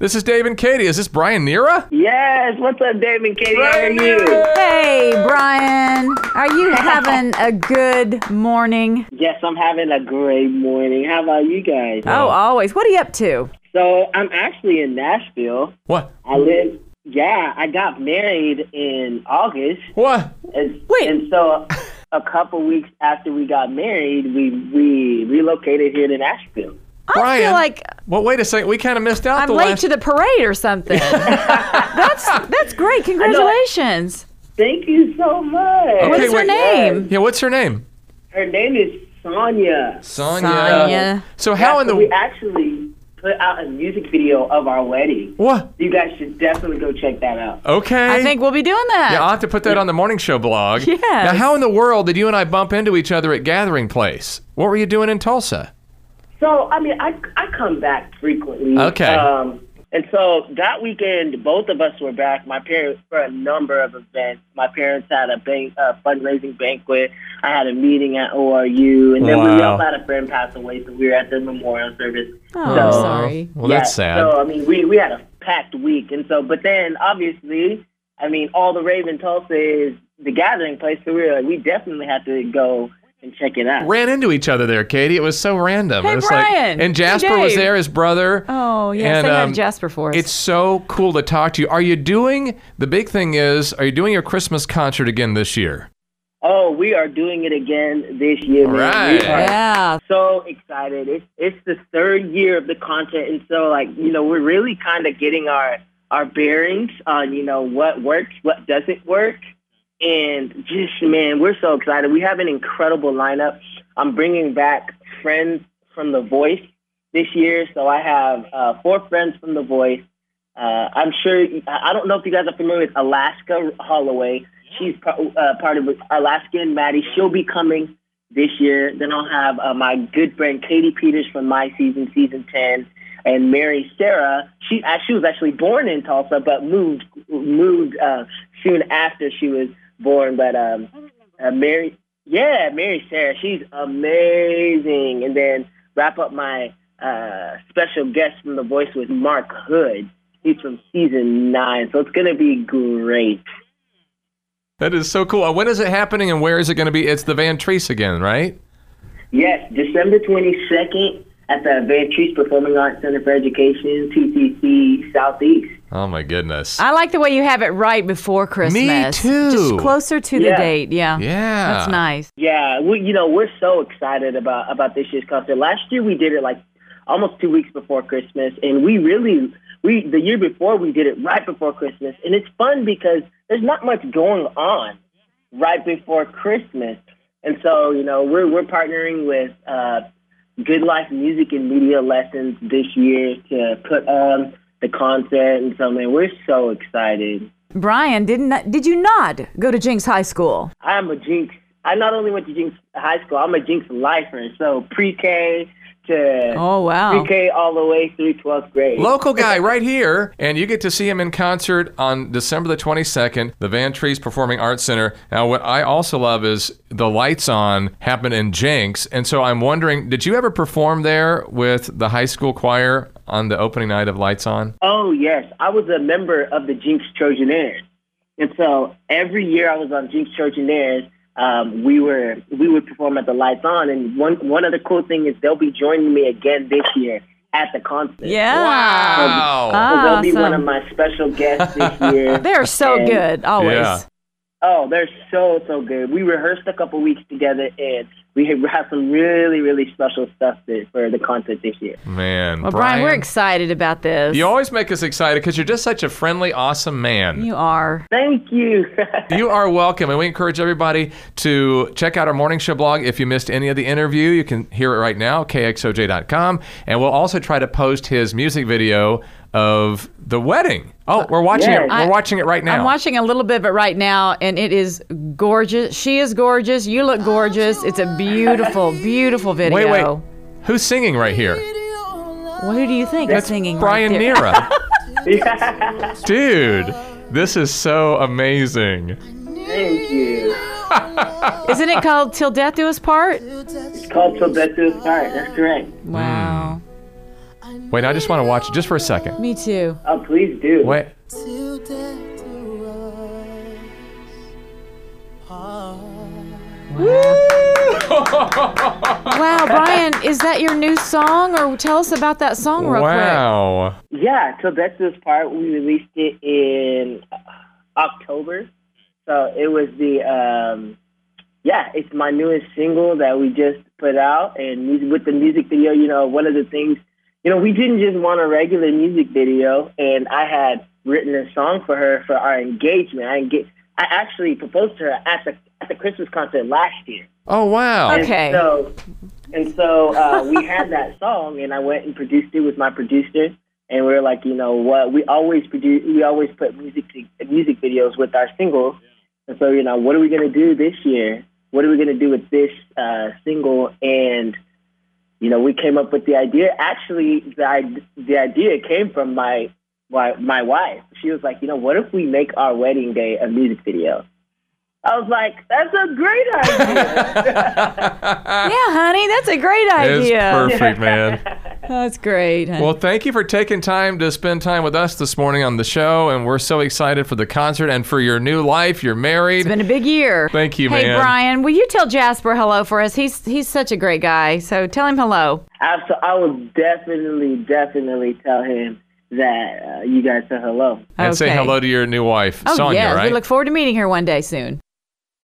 This is Dave and Katie. Is this Brian Nira? Yes, what's up, Dave and Katie? How are you? Hey, Brian, are you having a good morning? Yes, I'm having a great morning. How about you guys? Oh, always. What are you up to? So I'm actually in Nashville. What? I live. Yeah, I got married in August, What? and, Wait. and so a couple weeks after we got married, we we relocated here to Nashville. I Brian. feel like Well, wait a second. We kind of missed out I'm the late last. to the parade or something. that's that's great. Congratulations. Thank you so much. What Okay, is her wait. name? yeah, what's her name? Her name is Sonia. Sonia. Sonia. So how in the we actually put out a music video of our wedding. what? You guys should definitely go check that out. Okay. I think we'll be doing that. yeah, I'll have to put that on the morning show blog. Yes. Now, how in the world did you and I bump into each other at Gathering Place? What were you doing in Tulsa? So I mean, I I come back frequently. Okay. Um, and so that weekend, both of us were back. My parents for a number of events. My parents had a bank uh, fundraising banquet. I had a meeting at ORU, and then we Wow. also had a friend pass away, so we were at the memorial service. Oh, So- I'm sorry. Well, Yeah, that's sad. So I mean, we we had a packed week, and so but then obviously, I mean, all the rave in Tulsa is the gathering place, so we were like, we definitely had to go and check it out. Ran into each other there, Katie. It was so random. Hey, it was Brian. Like, and Hey, Jasper was Dave. there, his brother. Oh, yeah. And, Say hi um, to Jasper for us. It's so cool to talk to you. Are you doing the big thing is are you doing your Christmas concert again this year? Oh, we are doing it again this year, man. Right. We are yeah. so excited. It's it's the third year of the content, and so like you know, we're really kind of getting our our bearings on you know what works, what doesn't work, and just man, we're so excited. We have an incredible lineup. I'm bringing back friends from The Voice this year, so I have uh, four friends from The Voice. Uh, I'm sure I I don't know if you guys are familiar with Alaska Holloway. She's par- uh, part of Alaskan Maddie. She'll be coming this year. Then I'll have uh, my good friend Katie Peters from my season, season 10, and Mary Sarah. She uh, she was actually born in Tulsa, but moved moved uh, soon after she was born. But um, uh, Mary, yeah, Mary Sarah, she's amazing. And then wrap up my uh, special guest from The Voice with Mark Hood. He's from season nine, so it's gonna be great. That is so cool. Uh, When is it happening and where is it going to be? It's the Van Treese again, right? Yes, December 22nd at the Ventrice Performing Arts Center for Education, TCC Southeast. Oh my goodness. I like the way you have it right before Christmas. too. Just closer to the Yeah. date. Yeah. yeah. That's nice. Yeah, we, you know, we're so excited about, about this year's concert. Last year we did it like almost two weeks before Christmas, and we really, we the year before we did it right before Christmas. And it's fun because there's not much going on right before Christmas. And so, you know, we're, we're partnering with uh, Good Life Music and Media Lessons this year to put on the concert. And so, man, we're so excited. Brian, didn't did you not go to Jinx High School? I am a Jinx. I not only went to Jinx High School, I'm a Jinx lifer. So pre-K to Oh wow. pre-K all the way through 12th grade. Local guy right here, and you get to see him in concert on December the 22nd, the Van Trees Performing Arts Center. Now, what I also love is the lights on happen in Jinx, and so I'm wondering, did you ever perform there with the high school choir on the opening night of Lights On? Oh yes, I was a member of the Jinx Trojaneers, and so every year I was on Jinx Trojaneers. Um, we were we would perform at the lights on, and one one other cool thing is they'll be joining me again this year at the concert. Yeah. Uh, Wow. So they'll be one Awesome. of my special guests this year. They're so And- good, always. Yeah. Oh, they're so so good. We rehearsed a couple weeks together, and we have, we have some really really special stuff that, for the concert this year. Man, Well, Brian, we're excited about this. You always make us excited because you're just such a friendly, awesome man. You are. Thank you. You are welcome, and we encourage everybody to check out our morning show blog. If you missed any of the interview, you can hear it right now, kxoj.com. And we'll also try to post his music video of the wedding. Oh, we're watching Yes. it. We're I- watching it right now. I'm watching a little bit of it right now, and it is gorgeous. She is gorgeous. You look gorgeous. It's a beautiful, beautiful video. wait, wait. Who's singing right here? Well, who do you think is singing? Brian right there? Nira. Thank Dude, this is so amazing. you. Isn't it called "Till Death Do Us Part"? It's called Till Death Do Us Part. That's correct. Wow. Wait, I just want to watch it just for a second. Me too. Oh, please do. Wait. till death do us part. Wow, Brian, is that your new song? Or tell us about that song real Wow. Yeah, so that's this part. We released it in uh, October. So it was the, um, yeah, it's my newest single that we just put out. And mu- with the music video, you know, one of the things, you know, we didn't just want a regular music video. And I had written a song for her for our engagement. I, enga- I actually proposed to her at the, at the Christmas concert last year. Oh, wow. Okay. And so, and so uh, we had that song, and I went and produced it with my producer, and we were like, you know what? We always produce, we always put music to, music videos with our singles, and so you know, what are we gonna do this year? What are we gonna do with this uh, single? And you know, we came up with the idea. Actually, the id- the idea came from my my my wife. She was like, you know, what if we make our wedding day a music video? I was like, that's a great idea. quick. Yeah, honey, that's a great It's idea. perfect, man. That's great, honey. Well, thank you for taking time to spend time with us this morning on the show, and we're so excited for the concert and for your new life. You're married. it's been a big year. Thank you, hey, man. Brian, will you tell Jasper hello for us? He's he's such a great guy. So tell him hello. Absolutely, I will definitely, definitely tell him that uh, you guys said hello. and say Okay. hello to your new wife, Oh Sonia. yes, right? we look forward to meeting her one day soon.